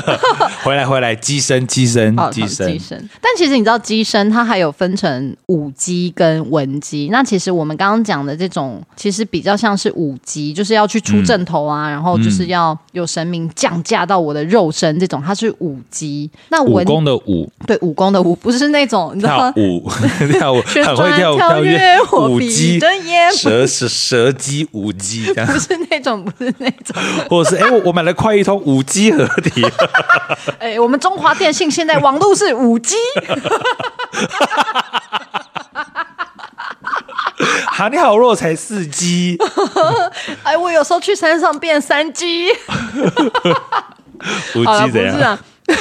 回来回来，机身机身
哦，
嗯机
鸡
身，
声。但其实你知道，鸡声它还有分成舞鸡跟文鸡。那其实我们刚刚讲的这种，其实比较像是舞鸡，就是要去出阵头
嗯
啊，然后就是要有神明降驾到我的肉身这种，它是舞鸡。那
武
文
功的 武，
对武功的武，不是那种你知道
跳
吗。
舞 跳舞，
旋
很
转
会跳舞
跳跃我
舞
比
姬
人也不
蛇蛇蛇姬舞 姬这样
不，是那种，不是那种。
或者是哎、我我买了快一通舞姬合体，
哎、我们中华电信现在网络是五 G，
哈你好弱才四姬，
哎，我有时候去山上变三 G。
舞
好了，
姬
不
怎
是
样？
啊，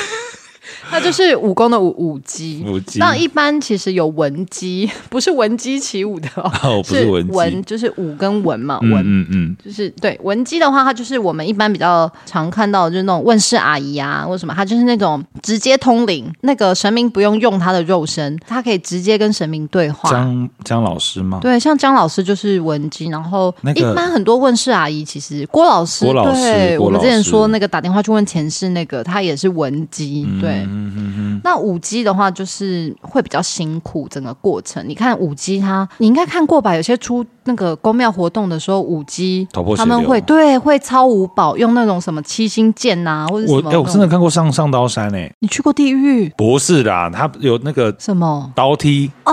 那就是武功的武武姬。
武姬
那一般其实有文姬， 不是文姬起舞的哦，
哦不是文姬
文就是武跟文嘛，
嗯
文。
嗯嗯，
就是对文姬的话，它就是我们一般比较常看到，就是那种问世阿姨啊，或什么，它就是那种直接通灵，那个神明不用用他的肉身，他可以直接跟神明对话。
张张老师吗？
对，像姜老师就是文姬，然后
啊那个
一般很多问世阿姨，其实郭老师，
郭老师
对
郭
我们之
老
前
师
说那个打电话去问前世那个，他也是文姬，
嗯
对。那舞姬的话，就是会比较辛苦整个过程。你看舞姬她，你应该看过吧？有些出那个宫庙活动的时候，舞姬
头破血
他们
流
会对会操五宝，用那种什么七星剑呐、或者什
我
么。
哎、我真的，看过上上刀山哎、
你去过地狱？
不是啦，他有那个
什么？
刀梯，
哦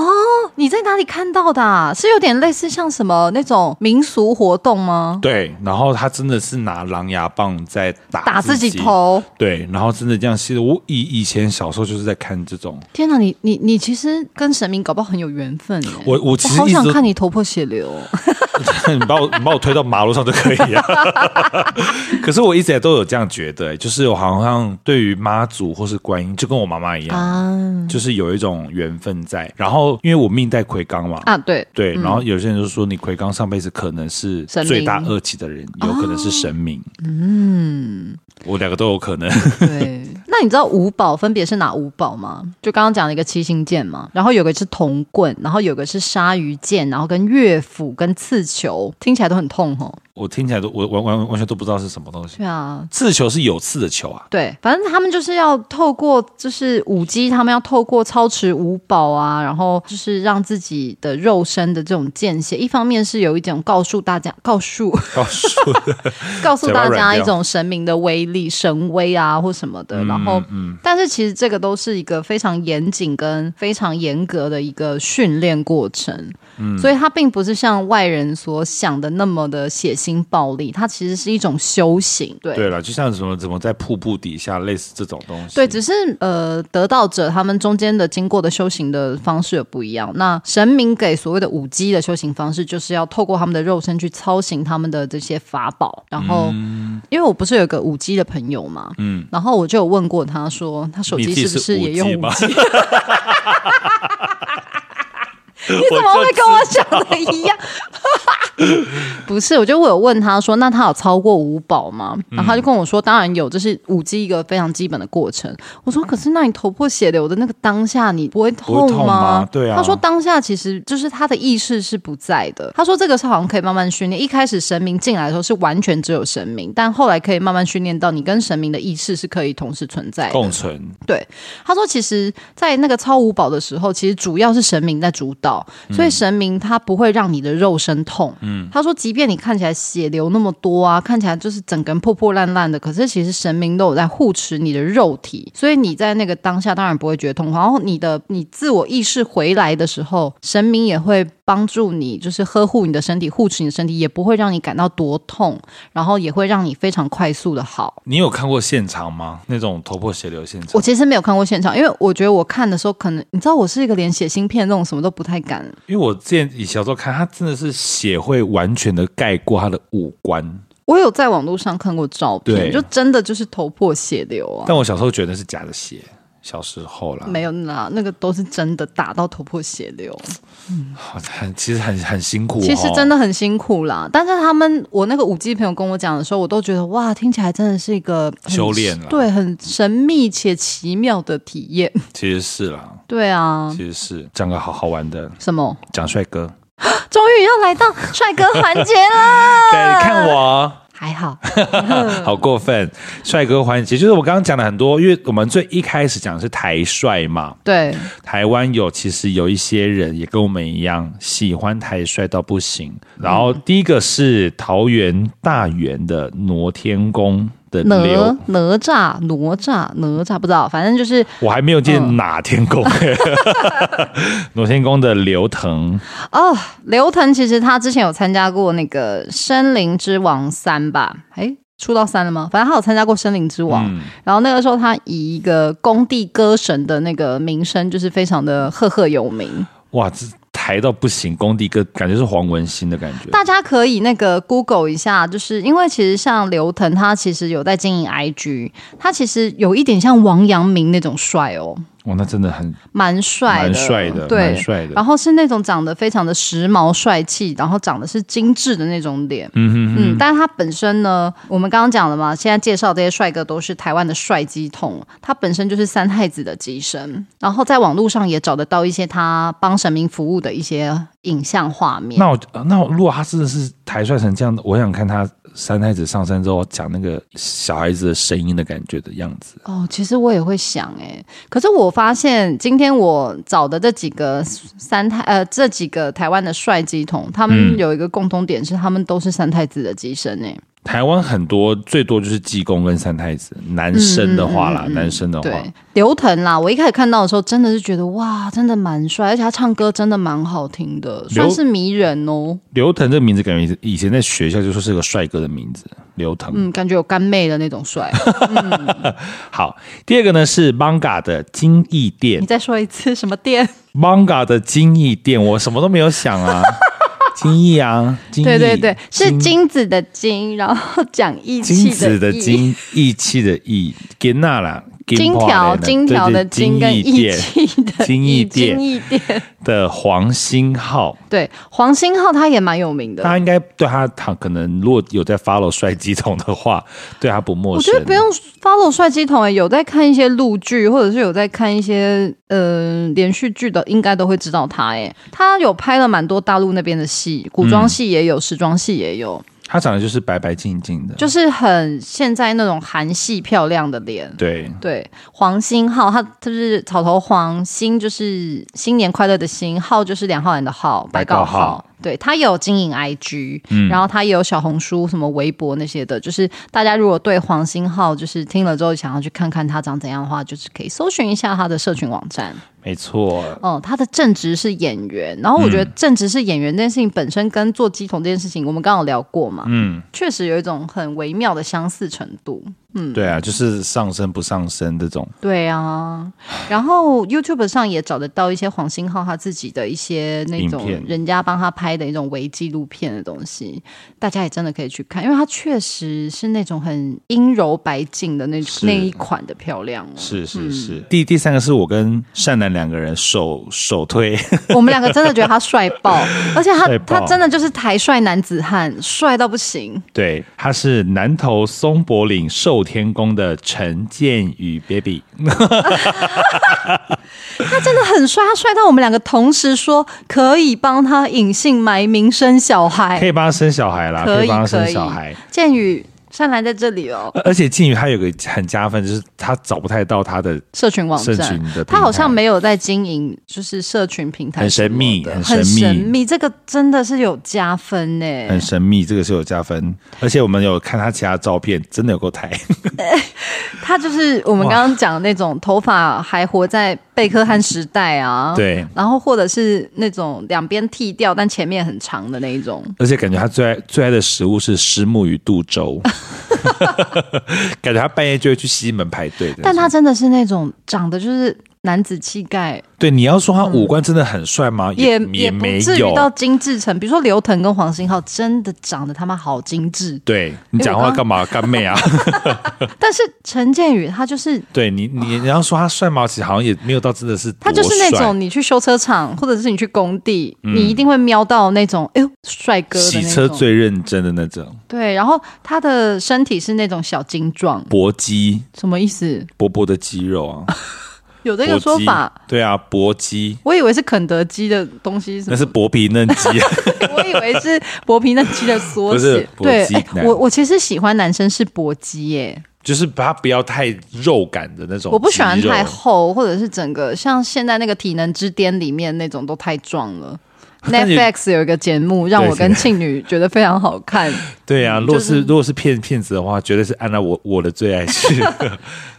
你在哪里看到的、啊？是有点类似像什么那种民俗活动吗？
对，然后他真的是拿狼牙棒在打
打自己，头。
对，然后真的这样吸的。我以以前小时候就是在看这种，
天哪，你你你其实跟神明搞不好很有缘分耶
我我其实
好
一直
想
都
看你头破 血流哦。
你把我你把我推到马路上就可以啊。 可是我一直也都有这样觉得、就是我好像对于妈祖或是观音，就跟我妈妈一样，
啊
就是有一种缘分在。然后因为我命带魁罡嘛。
啊！对，
对，然后有些人就说你魁罡上辈子可能是
神哦明
罪大恶极的人，有可能是神明。嗯，我两个都有可能。
对，那你知道五宝分别是哪五宝吗？就刚刚讲了一个七星剑嘛，然后有个是铜棍，然后有个是鲨鱼剑，然后跟乐府跟刺球，听起来都很痛哦。
我听起来都我完完完全都不知道是什么东西。
对啊，
刺球是有刺的球啊，
对，反正他们就是要透过，就是舞姬，他们要透过操持舞宝啊，然后就是让自己的肉身的这种间歇，一方面是有一种告诉大家， 告诉
告诉
告诉
嘴
大
巴软
家
掉
一种神明的威力、神威啊或什么的，然后，但是其实这个都是一个非常严谨跟非常严格的一个训练过程，所以它并不是像外人所想的那么的血腥暴力，它其实是一种修行，对。
对了，就像什么怎么在瀑布底下，类似这种东西。
对，只是呃，得道者他们中间的经过的修行的方式有不一样。那神明给所谓的五姬的修行方式，就是要透过他们的肉身去操行他们的这些法宝。然后，
嗯
因为我不是有个五姬的朋友嘛，嗯，然后我就有问过他说，他手
你
机
自己
是不
是
也用
五 G
五
吗
姬？
你
怎么会跟我想的一样？ 不是，我就我有问他说，那他有操过五宝吗？然后他就跟我说，当然有，这是五 G 一个非常基本的过程。我说，可是那你头破血流的那个当下，你不会
不
痛
会痛吗对啊
他说当下其实就是他的意识是不在的。他说这个是好像可以慢慢训练，一开始神明进来的时候是完全只有神明，但后来可以慢慢训练到你跟神明的意识是可以同时存在的。
共存？
对，他说，其实，在那个超五宝的时候，其实主要是神明在主导，所以神明他不会让你的肉身痛。嗯，他说，即便你看起来血流那么多啊，看起来就是整个人破破烂烂的，可是其实神明都有在护持你的肉体，所以你在那个当下当然不会觉得痛。然后你的你自我意识回来的时候，神明也会帮助你，就是呵护你的身体，护持你的身体，也不会让你感到多痛，然后也会让你非常快速的好。
你有看过现场吗？那种头破血流现场？
我其实没有看过现场，因为我觉得我看的时候，可能你知道我是一个连写芯片那种什么都不太敢，
因为我之前以小时候看，他真的是血会完全的盖过他的五官，
我有在网络上看过照片，
对
就真的就是头破血流 啊，
但我小时候觉得是假的血，小时候啦，
没有啦，那个都是真的打到头破血流。
好很其实很很辛苦、哦，
其实真的很辛苦啦，但是他们我那个舞技朋友跟我讲的时候，我都觉得哇，听起来真的是一个很
修炼啦啊
对，很神秘且奇妙的体 验。
其实是啦，
对啊，
其实是讲个好好玩的，
什么？
讲帅哥，
终于要来到帅哥环 节
对，
啦！
哎你看我。啊
还好，嗯
好过分！帅哥环节就是我刚刚讲了很多，因为我们最一开始讲的是台帅嘛，
对，
台湾有其实有一些人也跟我们一样喜欢台帅到不行。然后第一个是桃园大园的挪天宫的
哪
刘，
哪吒哪吒哪吒不知道，反正就是
我还没有见哪天宫，
嗯
挪天宫的刘腾，
哦，刘腾其实他之前有参加过那个《森林之王三》吧？诶，出到三了吗？反正他有参加过《森林之王》
嗯
然后那个时候他以一个工地歌神的那个名声，就是非常的赫赫有名。
哇，这台到不行，工地哥感觉是黄文新的感觉。
大家可以那个 Google 一下，就是因为其实像刘腾他其实有在经营 IG，他其实有一点像王阳明那种帅哦，
哇，那真的很
蛮帅的，
蛮帅的，蛮
对。
帅的
然。后是那种长得非常的时髦帅气，然后长得是精致的那种脸，
嗯哼哼，
嗯，但是他本身呢，我们刚刚讲了嘛，现在介绍这些帅哥都是台湾的帅鸡桶，他本身就是三太子的机身，然后在网络上也找得到一些他帮神明服务的一些影像画面。
那我呃那我如果他真的是台帅成这样，我想看他三太子上山之后讲那个小孩子的声音的感觉的样子。
哦，其实我也会想哎、可是我发现今天我找的这几个三太呃这几个台湾的帅鸡桶，他们
嗯
有一个共同点是他们都是三太子的机身哎、
台湾很多最多就是济公跟三太子，男生的话啦，
嗯嗯嗯嗯
男生的话，
对，刘腾啦，我一开始看到的时候，真的是觉得哇，真的蛮帅，而且他唱歌真的蛮好听的，
刘
算是迷人哦。
刘腾这个名字感觉以前在学校就说是个帅哥的名字，刘腾。
嗯，感觉有干妹的那 种帅。
好，第二个呢是 Manga 的金逸
你
店
再说一次什么店？
，Manga 的金逸店，我什么都没有想 啊，金逸啊，金逸，
对对对，是
金
金子的金，然后讲义气
金子的
义，
金，义气的义，金娜啦，
金条金条的
金
金跟义
店
气的
金义
义，
店
金义店。
的黄星浩，
对，黄星浩他也蛮有名的
大，家应该对他，他可能如果有在 follow 帅鸡桶的话， 对他不陌
我
生。
觉得不用 follow 帅鸡桶、欸，有在看一些陆剧，或者是有在看一些呃连续剧的，应该都会知道他、欸。哎，他有拍了蛮多大陆那边的戏，古装戏也有，时装戏也有，
他长得就是白白净净的，
就是很现在那种韩系漂亮的脸。
对，
对，黄星浩，他就是草头黄，星就是新年快乐的星，浩就是梁浩然的浩，
白
告
告浩。
对他也有经营 IG，、
嗯
然后他也有小红书、什么微博那些的。就是大家如果对黄星浩就是听了之后想要去看看他长怎样的话，就是可以搜寻一下他的社群网站。
没错。
哦、他的正职是演员，然后我觉
嗯
得正职是演员这件事情本身跟做鸡童这件事情，我们刚刚有聊过嘛，
嗯，
确实有一种很微妙的相似程度。
对啊，就是上身不上身这种，
对啊，然后 YouTube 上也找得到一些黄星浩他自己的一些那种
影片
人家帮他拍的一种微纪录片的东西，大家也真的可以去看，因为他确实是那种很阴柔白净的那
是
那一款的漂亮哦。
是是是。第第三个是我跟善男两个人手手推，
我们两个真的觉得他帅爆， 而且他
帅爆
他真的就是台帅男子汉，帅到不行。
对，他是南投松柏岭寿天宫的陈建宇 baby。
他真的很帅，他帅到我们两个同时说可以帮他隐姓埋名生小孩
可。以帮他生小孩啦，
哎可以
以帮他
可
生
以
小孩。
建宇善兰在这里哦，
而而且靖宇他有个很加分，就是他找不太到他的
社群网
社群
站。
的平台，
他好像没有在经营，就是社群平台
很
什么
神秘
的，
很
很
神秘
神秘，这个真的是有加分呢。欸
很神秘，这个是有加分。而且我们有看他其他照片，真的有够台，
他就是我们
哇
刚刚讲的那种头发还活在贝克汉时代 啊，，
对。
然后或者是那种两边剃掉但前面很长的那一种，
而且感觉他最爱最爱的食物是石目鱼肚 粥，感觉他半夜就会去西门排队的。
但他真的是那种长得就是男子气概，
对你要说他五官真的很帅吗？
嗯也
也
不
没
至于
有。
到精致成，比如说刘腾跟黄星浩真的长得他妈好精致，
对你讲话干嘛干妹啊？
但是陈建宇他就是。
对你你你要说他帅吗？其实好像也没有到真的是
他就
多
是那
帅嗯
种你去修车厂，或者是你去工地，你一定会瞄到那种哎呦帅哥的
洗
那
车
种。
最认真的那种，
对，然后他的身体是那种小精壮，
搏肌
什么意思？
薄薄的肌肉 啊，
有这
这
个说法，
对啊，搏肌
我以为是肯德基的东西，什
那
么
是薄皮嫩肌，啊
我以为是薄皮嫩鸡的缩
不是
写。对，
薄肌
哎
男
我我其实喜欢男生是薄肌耶，
就是他不要太肉感的那哦种肌肉。
我不喜欢太厚，或者是整个像现在那个《体能之巅》里面那种都太壮 了。
但也
Netflix 有一个节目让我
对
跟庆女觉得非常好 看，
对
嗯
啊，如果是如果是骗骗子的话，绝对是按照我我的最爱 去。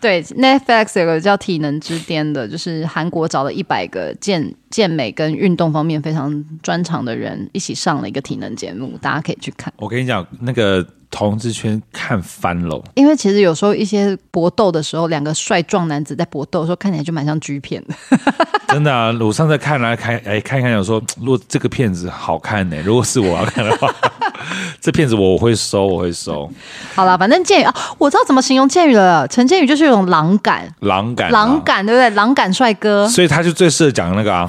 对 Netflix 有个叫《体能之巅》的，就是韩国找了一百个健健美跟运动方面非常专长的人一起上了一个体能节目，大家可以去看。
我跟你讲，那个同志圈看翻了。
因为其实有时候一些搏斗的时候，两个帅壮男子在搏斗的时候，看起来就蛮像 G 片 的。
真的啊！我上次看了看，哎，看一看，想说，如果这个片子好看呢、如果是我要看的话， 这片子我会收，我会收。
好啦，反正建宇啊，我知道怎么形容建宇了。陈建宇就是有种狼感，
狼感、啊，
狼，感对不对？狼感帅哥，
所以他就最适合讲那个啊，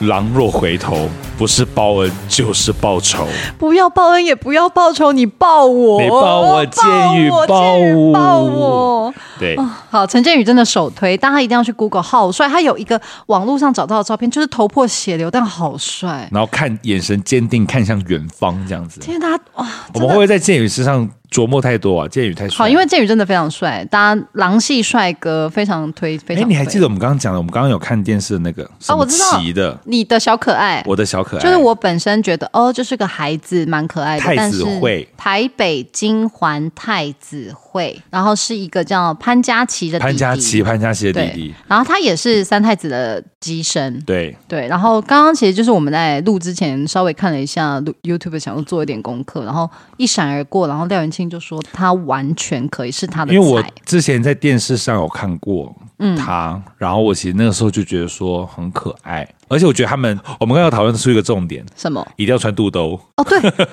狼若回头，不是报恩就是报仇。
不要报恩也不要报仇，你报我，
你抱我建宇
报
抱
我，
我
报我。
对，
好，陈建宇真的首推，大家一定要去 Google，好帅！他有一个网络上找到的照片，就是头破血流，但好帅。
然后看眼神坚定，看向远方这样子。
天哪，他哇，
我们会不会在剑宇身上琢磨太多啊？剑宇太帅。
好，因为建宇真的非常帅，大家狼系帅哥非常推，非
哎，
常推。
你还记得我们刚刚讲的，我们刚刚有看电视的那个什么
哦我知道
奇的，
你的小可爱？
我的小可爱，
就是我本身觉得哦，就是个孩子，蛮可爱的。
太子
但
会
是台北金环太子会，然后是一个叫潘嘉琪的弟弟
潘嘉琪，潘嘉琪的弟弟
对。，然后他也是三太子的机身。
对，
对，然后刚刚其实就是我们在录之前稍微看了一下录 YouTube，想要做一点功课，然后一闪而过，然后廖元庆就说他完全可以是他的
因为我
菜，嗯
之前在电视上有看过他，然后我其实那个时候就觉得说很可爱，而且我觉得他们，我们刚刚有讨论出一个重点，
什么？
一定要穿肚兜。
哦，对 对，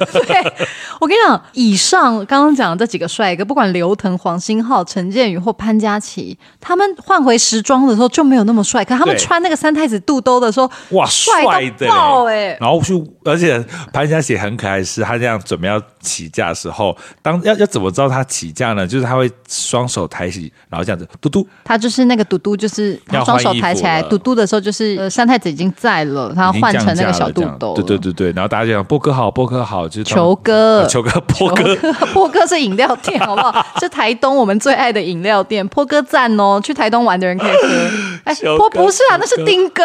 我跟你讲，以上刚刚讲的这几个帅哥，不管刘腾、黄星浩、陈建宇或潘嘉琪，他们换回时装的时候就没有那么帅，可他们
对
穿那个三太子肚兜的时候，
哇，
帅到
帅的
爆欸
然后去，而且潘嘉琪很可爱的是，他这样准备要起架的时候，当要要怎么知道他起架呢？就是他会双手抬起，然后这样子嘟嘟，
他就是那个嘟嘟，就是他
要
双
换
手
衣
抬
服
起来，
了
嘟嘟的时候就是、呃、三太子已经在了，他要
已经
换
降
成那
价
个
了
小肚
这样
兜了，
对对对对，然后大家就讲波哥好，波哥好，就是他们
球哥
呃球哥， 波哥，
破哥，破哥是饮料 店，好不好？是台东我们最爱的饮料店，破哥赞哦！去台东玩的人可以喝。哎，
小
波
哥
不是啊，那是丁哥，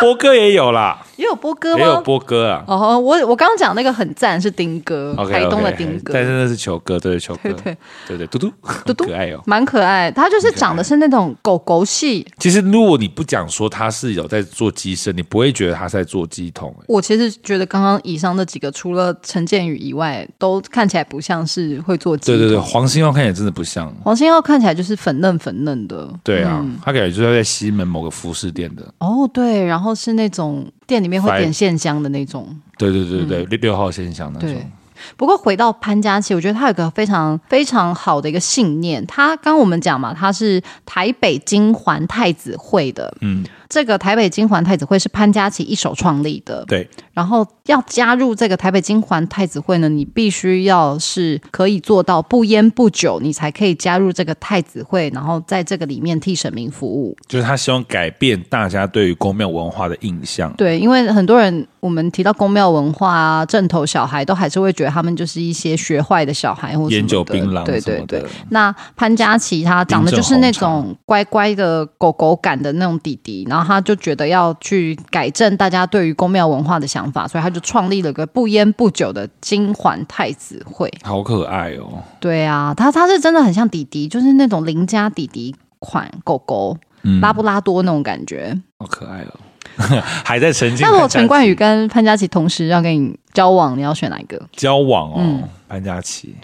波哥也有啦，
也有波哥
也有
吗？
波哥啊。
哦，我我刚刚讲那个很赞是丁哥
OK，
台东的丁哥，
哎但是那是球哥，对球哥，
对对
对对，嘟嘟
嘟嘟
可爱哦。
蛮可爱。他就是长得是那种狗狗系。
其实如果你不讲说他是有在做鸡生，你不会觉得他是在做鸡桶、欸
我其实觉得刚刚以上那几个，除了陈建宇以外，都看起来不像是会做鸡
对对对，
桶
黄星耀看起来真的不像。
黄星耀看起来就是粉嫩粉嫩的。
对啊，
嗯
他感觉就是在西门某个服饰店的。
哦，对，然后是那种店里面会
白
点线香的那种。
对对对对，六、六号现象那
嗯对
种。，
不过回到潘嘉琪，我觉得他有个非常非常好的一个信念。他刚刚我们讲嘛，他是台北金环太子会的，
嗯，
这个台北金环太子会是潘家琪一手创立的，
对，
然后要加入这个台北金环太子会呢，你必须要是可以做到不烟不酒，你才可以加入这个太子会，然后在这个里面替神明服务。
就是他希望改变大家对于宫庙文化的印象。
对，因为很多人我们提到宫庙文化啊、正头小孩，都还是会觉得他们就是一些学坏的小孩或什么的
烟酒槟榔
对
什
对
么的
对。那潘嘉琪他长得就是那种乖乖的狗狗感的那种弟弟，然后他就觉得要去改正大家对于宫庙文化的想法，所以他就创立了个不烟不酒的金环太子会。
好可爱哦！
对啊，他他是真的很像弟弟，就是那种邻家弟弟款狗狗。
嗯
拉布拉多那种感觉，
好可爱 哦，还在沉浸。
那如果陈冠宇跟潘嘉琪同时要跟你交往，你要选哪一个？
交往哦，
嗯
潘嘉琪。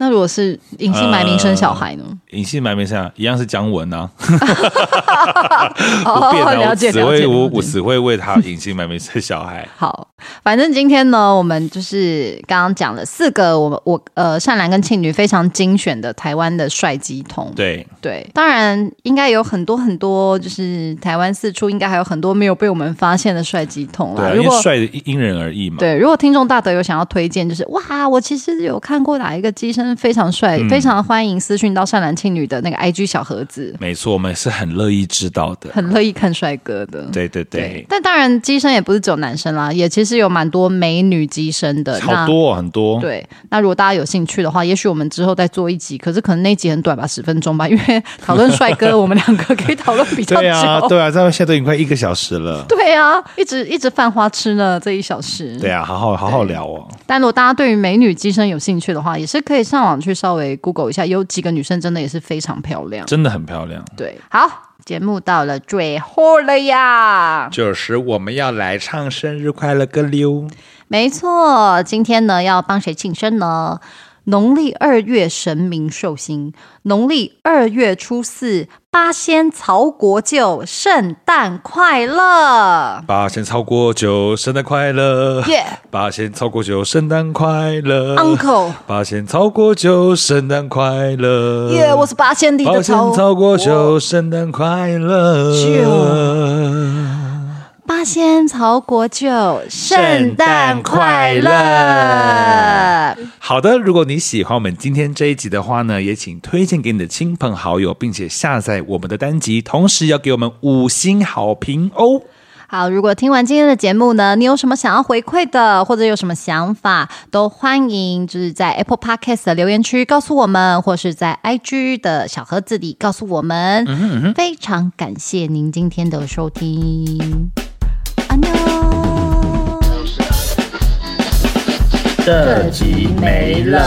那如果是隐姓埋名生小孩呢？
隐姓埋名下一样是姜文呐、
哦
不变啊，
了解
我只
了
会
解
我
了解
我只会为他隐姓埋名生小孩。
好，反正今天呢，我们就是刚刚讲了四个我我呃善良跟庆女非常精选的台湾的帅鸡童。
对，
对，当然应该有很多很多，就是台湾四处应该还有很多没有被我们发现的帅鸡童
对、
啦。
啊，
如
因
果
为帅的因人而异嘛。
对，如果听众大德有想要推荐，就是哇，我其实有看过哪一个机身非常帅，
嗯
非常欢迎私讯到善良庆女的那个 IG 小盒子，
没错，我们是很乐意知道的。
很乐意看帅哥的。
对对
对
对，，
但当然，机身也不是只有男生啦，也其实有蛮多美女机身的。
好多、哦、很多
那。对，那如果大家有兴趣的话，也许我们之后再做一集，可是可能那一集很短吧，十分钟吧，因 为讨论帅哥，我们两个可以讨论比较久。
对啊，对啊，这样现在都已经快一个小时了。
对啊一直一直犯花痴呢，这一小时。
对啊，好好好好聊哦。
但如果大家对于美女机身有兴趣的话，也是可以上网去稍微 Google 一下，有几个女生真的也是非常漂亮。
真的很漂亮。
对，好，节目到了最后了呀。
就是我们要来唱生日快乐歌溜，
没错，今天呢要帮谁庆生呢？农历二月神明寿星，农历二月初四八仙曹国舅，圣诞快乐！
八仙超过九，圣诞快乐！
耶、
八仙超过九，圣诞快乐
u n c l e
八仙超过九，圣诞快乐！
耶、我是八仙里
呃八
的
仙
曹
超过九，圣诞快乐！
八仙曹国舅，圣诞快
圣诞
乐！
好的，如果你喜欢我们今天这一集的话呢，也请推荐给你的亲朋好友，并且下载我们的单集，同时要给我们五星好评哦。
好，如果听完今天的节目呢，你有什么想要回馈的，或者有什么想法，都欢迎就是在 Apple Podcast 的留言区告诉我们，或是在 IG 的小盒子里告诉我们。非常感谢您今天的收听，安妞。
这集没了。